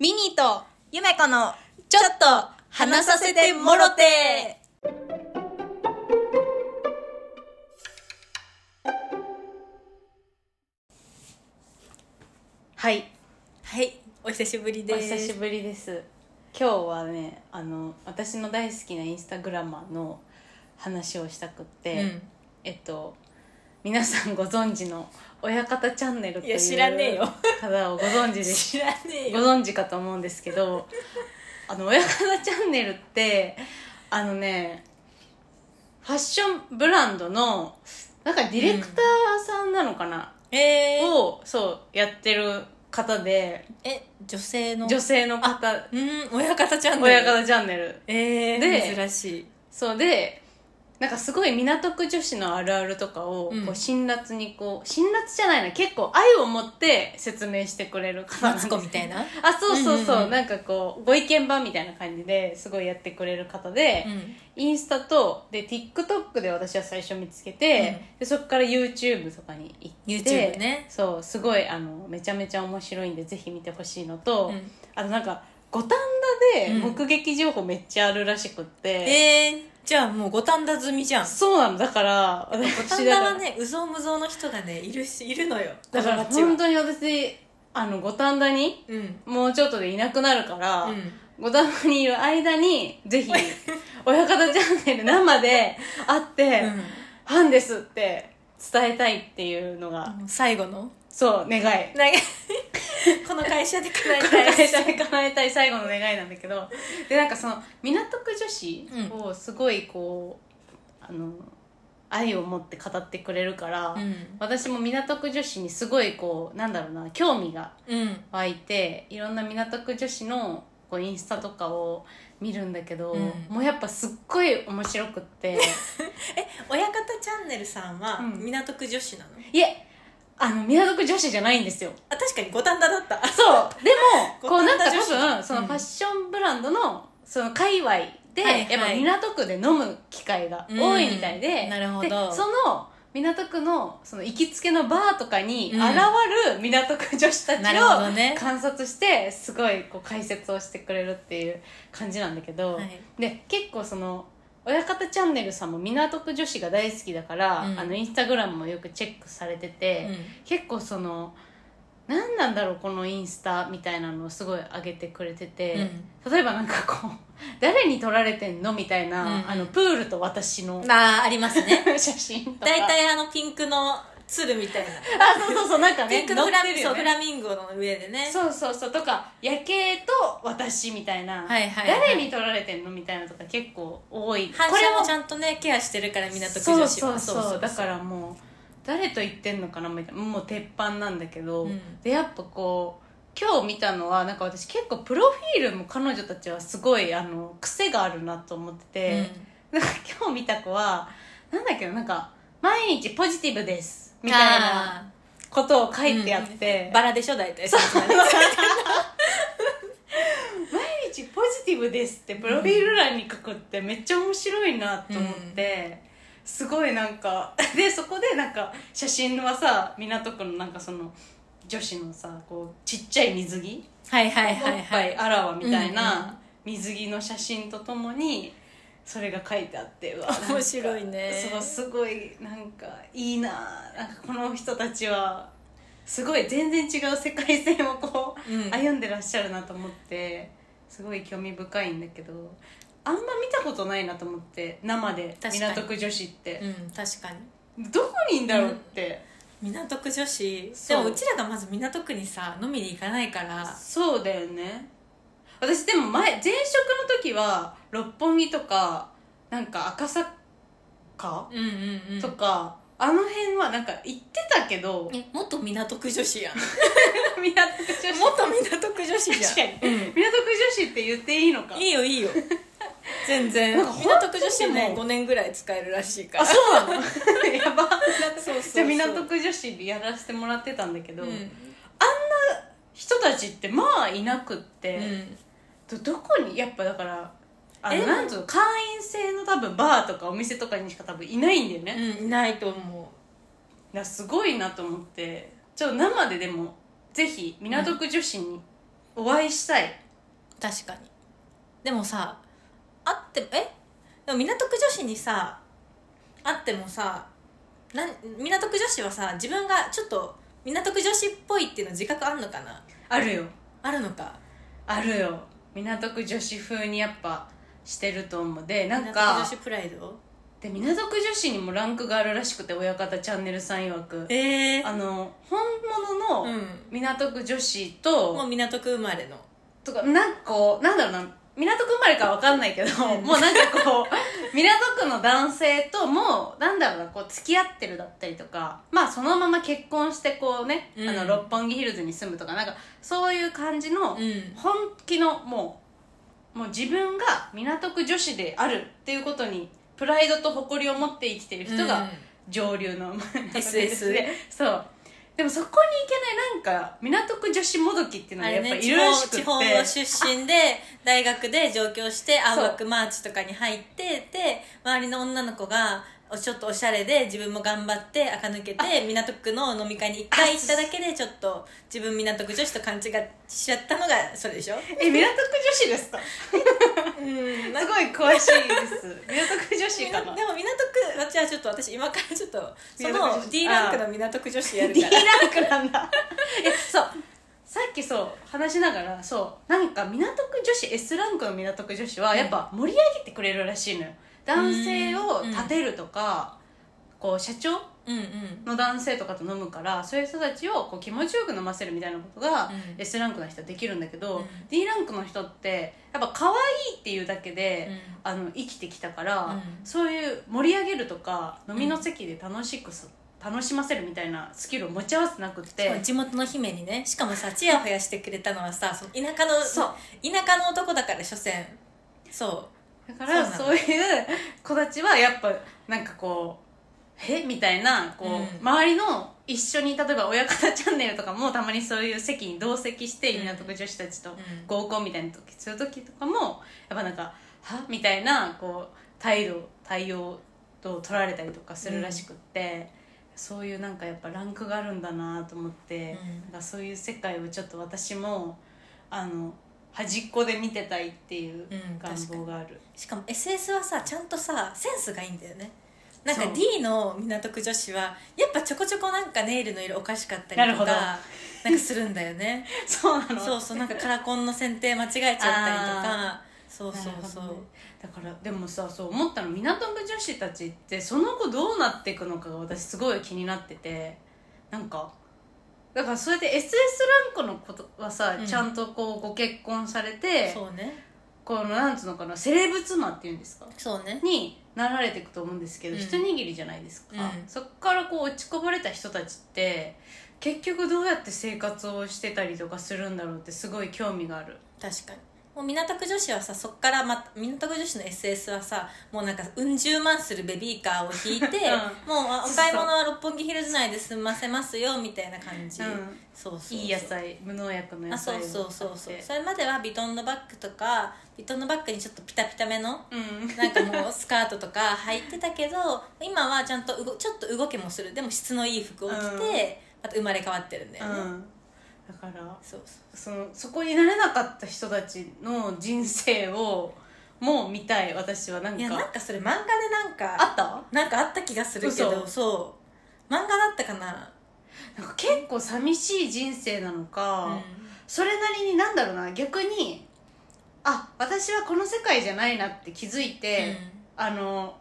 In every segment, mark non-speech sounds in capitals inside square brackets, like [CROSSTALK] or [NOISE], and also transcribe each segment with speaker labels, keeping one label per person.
Speaker 1: ミニーと
Speaker 2: ゆめこの
Speaker 1: ちょっと話させてもろてはい
Speaker 2: はいお久しぶり
Speaker 1: お
Speaker 2: です
Speaker 1: 久しぶりです今日はねあの私の大好きなインスタグラマーの話をしたくって、
Speaker 2: うん
Speaker 1: えっと皆さんご存知の親方チャンネルと
Speaker 2: い
Speaker 1: い
Speaker 2: や知らねえ
Speaker 1: う
Speaker 2: よ
Speaker 1: 方をご存知でし
Speaker 2: 知らねえ
Speaker 1: ご
Speaker 2: よ
Speaker 1: 存知かと思うんですけ
Speaker 2: [LAUGHS]
Speaker 1: どあの親方チャンネルってあのねファッションブランドのなんかディレクターさんなのかな、
Speaker 2: えー、
Speaker 1: をそうやってる方で
Speaker 2: え女性の
Speaker 1: 女性の方
Speaker 2: うん親方チャンネル
Speaker 1: 親方チャンネル
Speaker 2: えー、
Speaker 1: で
Speaker 2: 珍しい
Speaker 1: そうでなんかすごい港区女子のあるあるとかを
Speaker 2: うん
Speaker 1: こう辛辣にこう辛辣じゃないな結構愛を持って説明してくれる方なん
Speaker 2: [LAUGHS] マツ
Speaker 1: ですけど
Speaker 2: コみたいな
Speaker 1: あそうそ
Speaker 2: う
Speaker 1: うそう,、
Speaker 2: んうんうん
Speaker 1: なんかこうご意見番みたいな感じですごいやってくれる方で、
Speaker 2: ん
Speaker 1: インスタとで TikTok で私は最初見つけて、でそこから YouTube とかに行って
Speaker 2: YouTube ね
Speaker 1: そうすごいあのめちゃめちゃ面白いんでぜひ見てほしいのと、
Speaker 2: うん
Speaker 1: あとなんか五反田で目撃情報めっちゃあるらしくって、
Speaker 2: えー、じゃあもう五反田済みじゃん
Speaker 1: そうなのだから
Speaker 2: 五反
Speaker 1: 私だ
Speaker 2: 田
Speaker 1: から
Speaker 2: はねうぞうむぞうの人がねいるしいるのよ
Speaker 1: だか
Speaker 2: この
Speaker 1: ら
Speaker 2: 街は
Speaker 1: 本当に私あの五反田に
Speaker 2: うん
Speaker 1: もうちょっとでいなくなるから、
Speaker 2: うん
Speaker 1: ごたまにいる間に、ぜ
Speaker 2: [LAUGHS]
Speaker 1: ひ、親方チャンネル生で会って、ファンですって伝えたいっていうのが、
Speaker 2: うん最後の
Speaker 1: そう、願い。
Speaker 2: なんか [LAUGHS] この会社で叶え
Speaker 1: こ
Speaker 2: た
Speaker 1: の
Speaker 2: い
Speaker 1: 会社で叶えたい最後の願いなんだけど、で、なんかその、港区女子をすごいこう、あの、愛を持って語ってくれるから、
Speaker 2: うん
Speaker 1: 私も港区女子にすごいこう、なんだろうな、興味が
Speaker 2: うん
Speaker 1: 湧いていろんな港区女子のこうインスタとかを見るんだけど、
Speaker 2: うん
Speaker 1: もうやっぱすっごい面白くって
Speaker 2: 親方チャンネルさんは
Speaker 1: うん
Speaker 2: 港区女子なの、
Speaker 1: いえあの港区女子じゃないんですよ
Speaker 2: あ確かに五反田だった
Speaker 1: そうでもこうなんか
Speaker 2: 五反田女子
Speaker 1: 多分その
Speaker 2: うん
Speaker 1: ファッションブランドのその界隈で、
Speaker 2: はいはい
Speaker 1: やっぱ港区で飲む機会が多いみたいで、
Speaker 2: うんなるほど
Speaker 1: でその港区のその行きつけのバーとかに
Speaker 2: う
Speaker 1: 現
Speaker 2: ん
Speaker 1: る港区女子たち
Speaker 2: なる
Speaker 1: を
Speaker 2: ほどね
Speaker 1: 観察してすごいこう解説をしてくれるっていう感じなんだけど、
Speaker 2: はい
Speaker 1: で結構その親方チャンネルさんも港区女子が大好きだから、
Speaker 2: うん
Speaker 1: あのインスタグラムもよくチェックされてて、結構その何なんだろうこのインスタみたいなのをすごい上げてくれてて、例えばなんかこう [LAUGHS] 誰に撮られてんのみたいな、
Speaker 2: うんうん
Speaker 1: あのプールと私の
Speaker 2: うん、ああありますね
Speaker 1: [LAUGHS] 写真とか
Speaker 2: [LAUGHS] 大体あのピンクの鶴みたいな
Speaker 1: あそうそうそうなんか
Speaker 2: ピ
Speaker 1: ね
Speaker 2: ンクのフラ,、
Speaker 1: 載ってる
Speaker 2: そう
Speaker 1: よ
Speaker 2: フ
Speaker 1: ね
Speaker 2: ラミンゴの上でね
Speaker 1: そうそうそうとか夜景と私みたいな、
Speaker 2: はいはいはい
Speaker 1: 誰に撮られてんのみたいなとか結構多い
Speaker 2: 反
Speaker 1: これ
Speaker 2: 射
Speaker 1: も
Speaker 2: もちゃんとねケアしてるから港区女子は
Speaker 1: そうそうそうだからもう誰と言ってんのかなみたいなもう鉄板なんだけど、
Speaker 2: うん
Speaker 1: でやっぱこう今日見たのはなんか私結構プロフィールも彼女たちはすごいあの癖があるなと思って
Speaker 2: うん
Speaker 1: て、なんか今日見た子はなんだっけどなんか「毎日ポジティブです」みたいな
Speaker 2: あ
Speaker 1: ことを書
Speaker 2: ー
Speaker 1: いてあって、
Speaker 2: うんバラでしょ大体そう
Speaker 1: 毎日ポジティブですってプロフィール欄に書くってめっちゃ面白いなと思って、すごいなんか [LAUGHS] でそこでなんか写真はさ港区のなんかその女子のさこうちっちゃい水着、
Speaker 2: はいはいは
Speaker 1: お
Speaker 2: い
Speaker 1: っ
Speaker 2: は
Speaker 1: ぱ
Speaker 2: い
Speaker 1: いあらわみた
Speaker 2: う
Speaker 1: い
Speaker 2: んうん
Speaker 1: な水着の写真とともにそれが書いてあってうわなんか
Speaker 2: 面白いね
Speaker 1: そうすごいなんかいいななんかこの人たちはすごい全然違う世界線をこう、
Speaker 2: うん
Speaker 1: 歩んでらっしゃるなと思ってすごい興味深いんだけどあんま見たことないなと思って生で
Speaker 2: 確かに
Speaker 1: 港区女子って、
Speaker 2: うん確かに
Speaker 1: どこにいんだろうって、
Speaker 2: 港区女子で
Speaker 1: そう
Speaker 2: もうちらがまず港区にさ飲みに行かないから
Speaker 1: そうだよね私でも前前職の時は六本木とかなんか赤坂
Speaker 2: うんうんうん
Speaker 1: とか、あの辺はなんか行ってた
Speaker 2: [LAUGHS]
Speaker 1: けど
Speaker 2: えもっと港区女 [LAUGHS] 子やんも
Speaker 1: 港区女子
Speaker 2: っと港区女子じゃん
Speaker 1: 確かに、港区女子って言っていいのか
Speaker 2: いいよいいよ [LAUGHS] 全然
Speaker 1: なんか本当
Speaker 2: 港区女子
Speaker 1: で
Speaker 2: も5
Speaker 1: も
Speaker 2: 年ぐらい使えるらしいから
Speaker 1: あそうなのやば
Speaker 2: そうそうそう
Speaker 1: じゃあ港区女子でやらせてもらってたんだけど、
Speaker 2: うん
Speaker 1: 人たちってまあいなくって、
Speaker 2: うん
Speaker 1: どどこにやっぱだからあの
Speaker 2: え
Speaker 1: なんつうの会員制の多分バーとかお店とかにしか多分いないんだよね、だか
Speaker 2: うんいないと思
Speaker 1: らすごいなと思ってちょっと生ででもぜひ港区女子に、お会いしたい
Speaker 2: 確かにでもさ会ってえでも港区女子にさ会ってもさなん港区女子はさ自分がちょっと港区女子っぽいっていうの自覚あんのかな
Speaker 1: あるよ
Speaker 2: あるのか
Speaker 1: あるよ港区女子風にやっぱしてると思うでなん
Speaker 2: 港区
Speaker 1: か
Speaker 2: 女子プライド
Speaker 1: で港区女子にもランクがあるらしくて親方チャンネルさん曰く
Speaker 2: ええ
Speaker 1: あの本
Speaker 2: う
Speaker 1: 物の
Speaker 2: ん
Speaker 1: 港区女子と、
Speaker 2: もう港区生まれの
Speaker 1: とかなんかこうなんだろうな港区生まれかわかんないけど、
Speaker 2: うん
Speaker 1: もうなんかこう港区の男性ともうなんだろうなこう付き合ってるだったりとかまあそのまま結婚してこうね、
Speaker 2: うん
Speaker 1: あの六本木ヒルズに住むとかなんかそういう感じ
Speaker 2: う
Speaker 1: の
Speaker 2: ん
Speaker 1: 本気のもうもう自分が港区女子であるっていうことにプライドと誇りを持って生きてる人
Speaker 2: うん
Speaker 1: が上流の
Speaker 2: SS
Speaker 1: でそうでもそこに行けないなんか港区女子もどきっていうの
Speaker 2: あ
Speaker 1: がや
Speaker 2: れ
Speaker 1: っぱ
Speaker 2: ね
Speaker 1: い
Speaker 2: 地
Speaker 1: る
Speaker 2: 方
Speaker 1: らしく
Speaker 2: 地
Speaker 1: て、
Speaker 2: 方の出身で大学で上京して青学マーチとかに入ってで周りの女の子がおちょっとおしゃれで自分も頑張って垢抜けて港区の飲み会に一回行っただけでちょっと自分港区女子と勘違いしちゃったのがそれでしょ
Speaker 1: え港区女子ですか
Speaker 2: うん
Speaker 1: すごい詳しいです港区女子
Speaker 2: でも
Speaker 1: か
Speaker 2: 港 [LAUGHS] 区
Speaker 1: な
Speaker 2: あじゃあちょっと私今からちょっとそ
Speaker 1: 港区女
Speaker 2: の
Speaker 1: 子
Speaker 2: D ランクの港区女子やる
Speaker 1: [LAUGHS] D
Speaker 2: か
Speaker 1: ラ
Speaker 2: ら
Speaker 1: ンクなん [LAUGHS] だいやそうさっきそう話しながらそうなんか港区女子 S ランクの港区女子はやっぱ盛り上げてくれるらしいのよ男性を立てるとか、こう社長
Speaker 2: うんうん
Speaker 1: の男性とかと飲むからそういう人たちをこう気持ちよく飲ませるみたいなことが
Speaker 2: うん
Speaker 1: S ランクの人はできるんだけど、
Speaker 2: うん
Speaker 1: D ランクの人ってやっぱ可愛いっていうだけで、
Speaker 2: うん
Speaker 1: あの生きてきたから、
Speaker 2: うん
Speaker 1: そういう盛り上げるとか飲みの席で楽しくす、楽しませるみたいなスキルを持ち合わせてなくって
Speaker 2: 地元の姫にねしかもさちやほやしてくれたのはさその田舎の
Speaker 1: そう
Speaker 2: 田舎の男だから所詮そ
Speaker 1: だから
Speaker 2: そうなの
Speaker 1: そういう子たちはやっぱなんかこうえみたいなこう、
Speaker 2: うん
Speaker 1: 周りの一緒に例えば親方チャンネルとかもたまにそういう席に同席して
Speaker 2: うん
Speaker 1: 港区女子たちと
Speaker 2: う、うん
Speaker 1: 合コンみたいな時する時とかもやっぱなんか「はみたいなこう態度対応を取られたりとかするらしくって、そういうなんかやっぱランクがあるんだなと思って、
Speaker 2: うん
Speaker 1: なんかそういう世界をちょっと私もあの端っこで見てたいっていう
Speaker 2: うん
Speaker 1: 願望がある、
Speaker 2: しかも SS はさちゃんとさセンスがいいんだよねなんか
Speaker 1: そう
Speaker 2: D の港区女子はやっぱちょこちょこなんかネイルの色おかしかった
Speaker 1: な
Speaker 2: り
Speaker 1: る
Speaker 2: と
Speaker 1: ほ
Speaker 2: かな
Speaker 1: ど
Speaker 2: んかするんだよ
Speaker 1: [LAUGHS]
Speaker 2: ね
Speaker 1: そうなの
Speaker 2: そうそうなんかカラコンの選定間違えちゃったりとかそうそうそう、
Speaker 1: なるほどねだからでもさそう思ったの港区女子たちってその後どうなっていくのかが私すごい気になっててなんかだからそれで SS ランクのことはさ、
Speaker 2: うん
Speaker 1: ちゃんとこうご結婚されて
Speaker 2: そうね
Speaker 1: このなんつうのかなセレブ妻っていうんですか
Speaker 2: そうね
Speaker 1: になられていくと思うんですけど、
Speaker 2: うん
Speaker 1: 一握りじゃないですか、
Speaker 2: うん
Speaker 1: そっからこう落ちこぼれた人たちって結局どうやって生活をしてたりとかするんだろうってすごい興味がある
Speaker 2: 確かにもう港区女子はさそっからまた港区女子の SS はさもうなんかうん十万するベビーカーを引いて、
Speaker 1: [LAUGHS] う
Speaker 2: もうあお買い物は六本木ヒルズ内で済ませますよみたいな感じ、
Speaker 1: うん
Speaker 2: そうそうそう
Speaker 1: いい野菜無農薬の野
Speaker 2: あそ
Speaker 1: 菜
Speaker 2: うそうそうそう
Speaker 1: 買って
Speaker 2: それまではビトンのバッグとかビトンのバッグにちょっとピタピタめの
Speaker 1: うん
Speaker 2: なんかもうスカートとか入ってたけど [LAUGHS] 今はちゃんと動ちょっと動きもするでも質のいい服を着て、
Speaker 1: うん
Speaker 2: また生まれ変わってるんだよね、
Speaker 1: うん、だから
Speaker 2: そうそ
Speaker 1: そのそこになれなかった人たちの人生をもう見たい私はなん
Speaker 2: う
Speaker 1: か
Speaker 2: いやなんかそれ漫画でなんか
Speaker 1: あった
Speaker 2: なんかあった気がするけど
Speaker 1: 嘘
Speaker 2: そう漫画だったかな、
Speaker 1: なんか結構寂しい人生なのか、
Speaker 2: うん
Speaker 1: それなりになんだろうな逆にあ私はこの世界じゃないなって気づいて、あの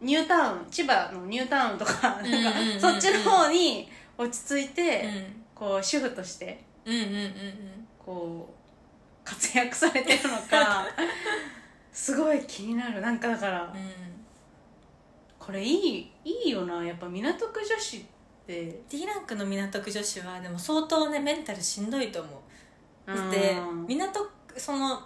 Speaker 1: ニュータウン千葉のニュータウンとか
Speaker 2: うんうんうん
Speaker 1: なんかそっちの方に落ち着いて、
Speaker 2: う
Speaker 1: こう主婦として
Speaker 2: ん、うんうんうんうん
Speaker 1: こう活躍されてるの
Speaker 2: [LAUGHS]
Speaker 1: かすごい気になるなんかだから
Speaker 2: うん
Speaker 1: これいいいいよなやっぱ港区女子って
Speaker 2: D ランクの港区女子はでも相当ねメンタルしんどいと思うだっ
Speaker 1: う
Speaker 2: て
Speaker 1: ん
Speaker 2: 港区その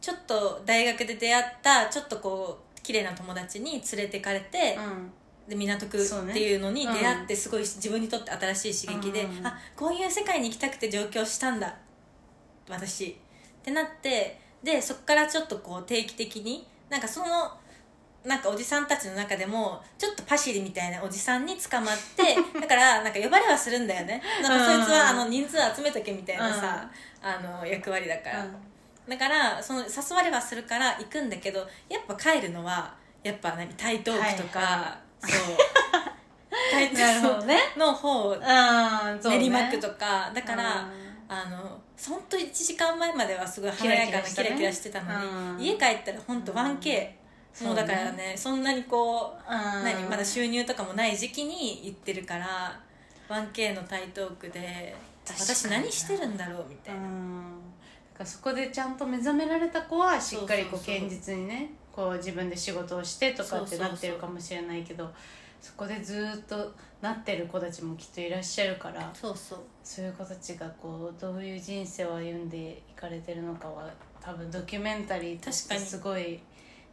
Speaker 2: ちょっと大学で出会ったちょっとこう綺麗な友達に連れてかれて、
Speaker 1: うん
Speaker 2: で港区
Speaker 1: そうね
Speaker 2: っていうのに出会
Speaker 1: う
Speaker 2: ってすごい自分にとって新しい刺激で、
Speaker 1: うん
Speaker 2: あこういう世界に行きたくて上京したんだ私ってなってでそっからちょっとこう定期的になんかそのなんかおじさんたちの中でもちょっとパシリみたいなおじさんに捕まって
Speaker 1: [LAUGHS]
Speaker 2: だからなんか呼ばれはするんだよねなんかそいつはあ
Speaker 1: うん
Speaker 2: の人数集めとけみたいなさ、あの役割だから、
Speaker 1: うん
Speaker 2: だからその誘われはするから行くんだけどやっぱ帰るのはやっぱ何台東区とか、
Speaker 1: はい
Speaker 2: そう
Speaker 1: [LAUGHS]
Speaker 2: 台
Speaker 1: なる
Speaker 2: 東
Speaker 1: ほどね
Speaker 2: 区の方
Speaker 1: うんそうね
Speaker 2: 練馬区とかだから、
Speaker 1: うん
Speaker 2: あの本当1時間前まではすごい華やかな
Speaker 1: キ
Speaker 2: キ
Speaker 1: ラキラしたね
Speaker 2: ラキラしてたのに、
Speaker 1: うん
Speaker 2: 家帰ったら本当 1K、もうだからねそんなにこう、
Speaker 1: うん
Speaker 2: 何まだ収入とかもない時期に行ってるから 1K の台東区で
Speaker 1: 確かに
Speaker 2: 私何してるんだろうみた
Speaker 1: う
Speaker 2: いな、
Speaker 1: んだからそこでちゃんと目覚められた子はしっかりこう
Speaker 2: そうそうそう
Speaker 1: 堅実にねこう自分で仕事をしてとかってなっ
Speaker 2: そうそ
Speaker 1: て
Speaker 2: うそ
Speaker 1: る
Speaker 2: う
Speaker 1: かもしれないけどそこでずっとなってる子たちもきっといらっしゃるから
Speaker 2: そうそう
Speaker 1: そういう子たちがこうどういう人生を歩んでいかれてるのかは多分ドキュメンタリーとして
Speaker 2: 確かに
Speaker 1: すごい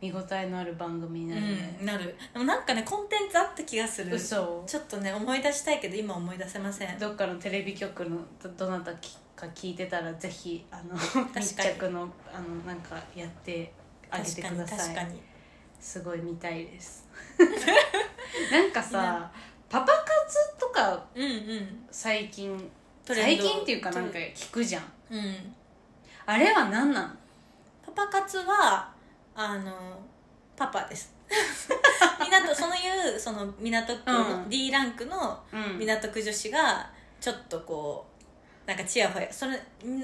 Speaker 1: 見応えのある番組になるね
Speaker 2: う、んなるでもなんかねコンテンツあった気がする
Speaker 1: 嘘
Speaker 2: ちょっとね思い出したいけど今思い出せません
Speaker 1: どっかのテレビ局のどどなたか聞いてたらぜひあ
Speaker 2: [LAUGHS]
Speaker 1: の
Speaker 2: に
Speaker 1: 密着のあのなんかやってあげてください
Speaker 2: 確かに
Speaker 1: すごい見たいです
Speaker 2: [LAUGHS]
Speaker 1: なんかさパパ活とか
Speaker 2: 確かにうんうん
Speaker 1: 最近
Speaker 2: トレン
Speaker 1: 最
Speaker 2: ド
Speaker 1: 近っていうかなんか聞くじゃん
Speaker 2: うん
Speaker 1: あれは何なの
Speaker 2: パパ活はあのパパです
Speaker 1: [LAUGHS]
Speaker 2: 港そういうその港区の、
Speaker 1: うん
Speaker 2: D ランクの
Speaker 1: うん
Speaker 2: 港区女子がちょっとこうなんかちやほやそれ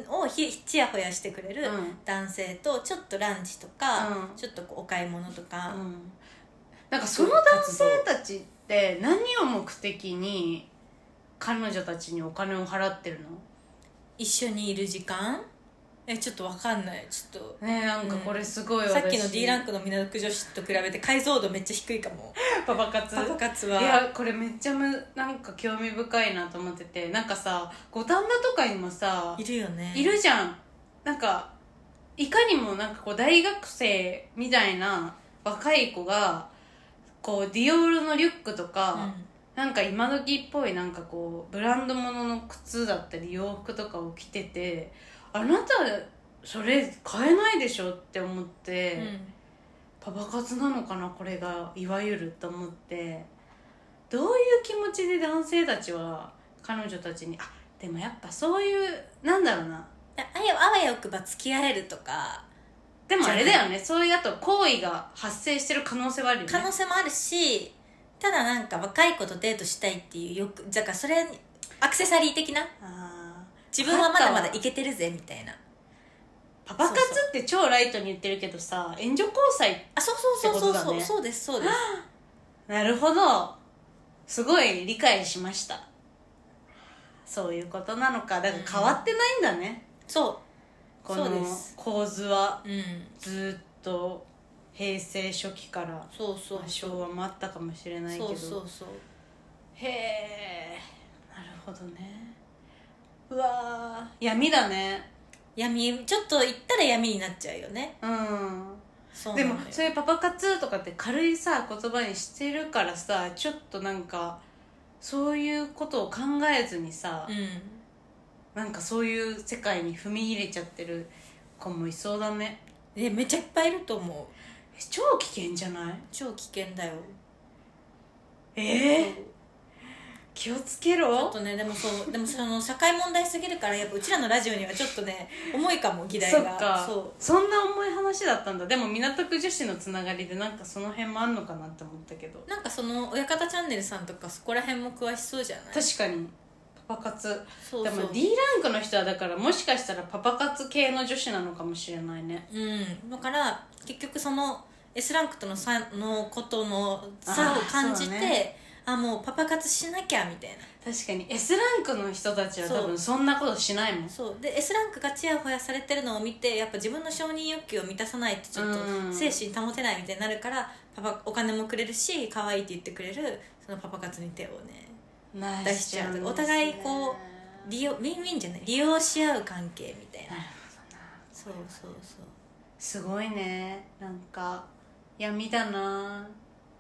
Speaker 2: をひちやほやしてくれる
Speaker 1: うん
Speaker 2: 男性とちょっとランチとか、
Speaker 1: うん
Speaker 2: ちょっとこうお買い物とか、
Speaker 1: うんなんかその男性たちって何を目的に彼女たちにお金を払ってる
Speaker 2: 一緒にいる時間えちょっとわかんないちょっと。
Speaker 1: のねえなんかこれすごい
Speaker 2: さっきの D ラン
Speaker 1: ク
Speaker 2: クの港区女子と比べて解像度めっちゃ低いかも
Speaker 1: パパ活
Speaker 2: パパ活はい
Speaker 1: やこれめっちゃむなんか興味深いなと思っててなんかさ五反田とかにもさ
Speaker 2: いるよね
Speaker 1: いるじゃんなんかいかにもなんかこう大学生みたいな若い子がこうディオールのリュックと
Speaker 2: う
Speaker 1: か、
Speaker 2: ん
Speaker 1: なんか今時っぽいなんかこうブランド物の靴だったり洋服とかを着ててあなたそれ買えないでしょって思って、
Speaker 2: うん
Speaker 1: パパ活なのかなこれがいわゆると思ってどういう気持ちで男性たちは彼女たちにあでもやっぱそういうなんだろうない
Speaker 2: やあやあわよくば付き合えるとか
Speaker 1: でもあれだよねそういうあと行為が発生してる可能性はあるよね
Speaker 2: 可能性もあるしただなんか若い子とデートしたいっていうよくだからそれアクセサリー的な
Speaker 1: あー
Speaker 2: 自分はまだまだいけてるぜみたいな
Speaker 1: パパ活って超ライトに言ってるけどさ援助交際
Speaker 2: あそうそうそうそう
Speaker 1: ってこと
Speaker 2: そう、
Speaker 1: だね
Speaker 2: そうですそうです
Speaker 1: なるほどすごい理解しましたそういうことなのかだから変わってないんだね、
Speaker 2: そ
Speaker 1: この
Speaker 2: そうです
Speaker 1: 構図は
Speaker 2: ううん
Speaker 1: ずっと平成初期から
Speaker 2: そうそう
Speaker 1: まあ
Speaker 2: そう
Speaker 1: 昭和もあったかもしれないけど
Speaker 2: そうそうそう
Speaker 1: へえなるほどねうわー闇だね
Speaker 2: 闇ちょっと行ったら闇になっちゃうよね
Speaker 1: うん
Speaker 2: そう
Speaker 1: で
Speaker 2: なの
Speaker 1: も
Speaker 2: よ
Speaker 1: そういうパパ活とかって軽いさ言葉にしてるからさちょっとなんかそういうことを考えずにさ、
Speaker 2: うん
Speaker 1: なんかそういう世界に踏み入れちゃってる子もいそうだね
Speaker 2: えめっちゃいっぱいいると思う
Speaker 1: え超危険じゃない
Speaker 2: 超危険だよ
Speaker 1: ええ気をつけ
Speaker 2: ちょっ
Speaker 1: ろ
Speaker 2: とねでもそうでもその社会問題すぎるからやっぱうちらのラジオにはちょっとね重いかも議題
Speaker 1: そっ
Speaker 2: が
Speaker 1: か
Speaker 2: そ
Speaker 1: そんな重い話だったんだでも港区女子のつながりでなんかその辺もあんのかなって思ったけど
Speaker 2: うなんかその親方チャンネルさんとかそこら辺も詳しそうじゃない
Speaker 1: 確かにパパ活
Speaker 2: そうそう
Speaker 1: でも D ランクの人はだからもしかしたらパパ活系の女子なのかもしれないね
Speaker 2: うんだから結局その S ランクとの差のことの差を感じて
Speaker 1: あー
Speaker 2: あ、
Speaker 1: そうね
Speaker 2: もうパパ活しなきゃみたいな
Speaker 1: 確かに S ランクの人たちは
Speaker 2: そう
Speaker 1: 多分そんなことしないもん
Speaker 2: そうで S ランクがちやほやされてるのを見てやっぱ自分の承認欲求を満たさないとちょっ
Speaker 1: うん
Speaker 2: と精神保てないみたいになるからパパお金もくれるし可愛いって言ってくれるそのパパ活に手をね
Speaker 1: ナイ
Speaker 2: 出
Speaker 1: ス
Speaker 2: し
Speaker 1: チ
Speaker 2: ち
Speaker 1: ャ
Speaker 2: ゃ
Speaker 1: ン
Speaker 2: う
Speaker 1: スね
Speaker 2: お互いこう利用ウィンウィンじゃない利用し合う関係みたいな
Speaker 1: なるほどな
Speaker 2: そうそうそう
Speaker 1: すごいねなんか闇だな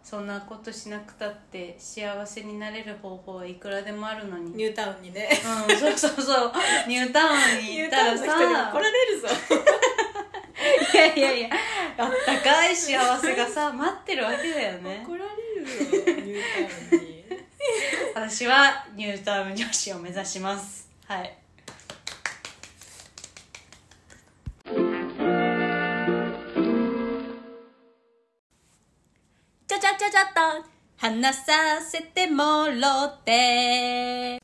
Speaker 1: そんなことしなくたって幸せになれる方法はいくらでもあるのに
Speaker 2: ニュータウンにね
Speaker 1: うん、そうそうそう。ニュータウンに
Speaker 2: ニュ
Speaker 1: 行
Speaker 2: ー
Speaker 1: った
Speaker 2: タウンの
Speaker 1: らさ、
Speaker 2: 人に怒られるぞ
Speaker 1: いやいやいや、あった深い幸せがさ待ってるわけだよね
Speaker 2: 怒られるよニュータウンに
Speaker 1: 私はニュータウン女子を目指しますはい
Speaker 2: ちゃちゃちゃちゃっと話させてもろって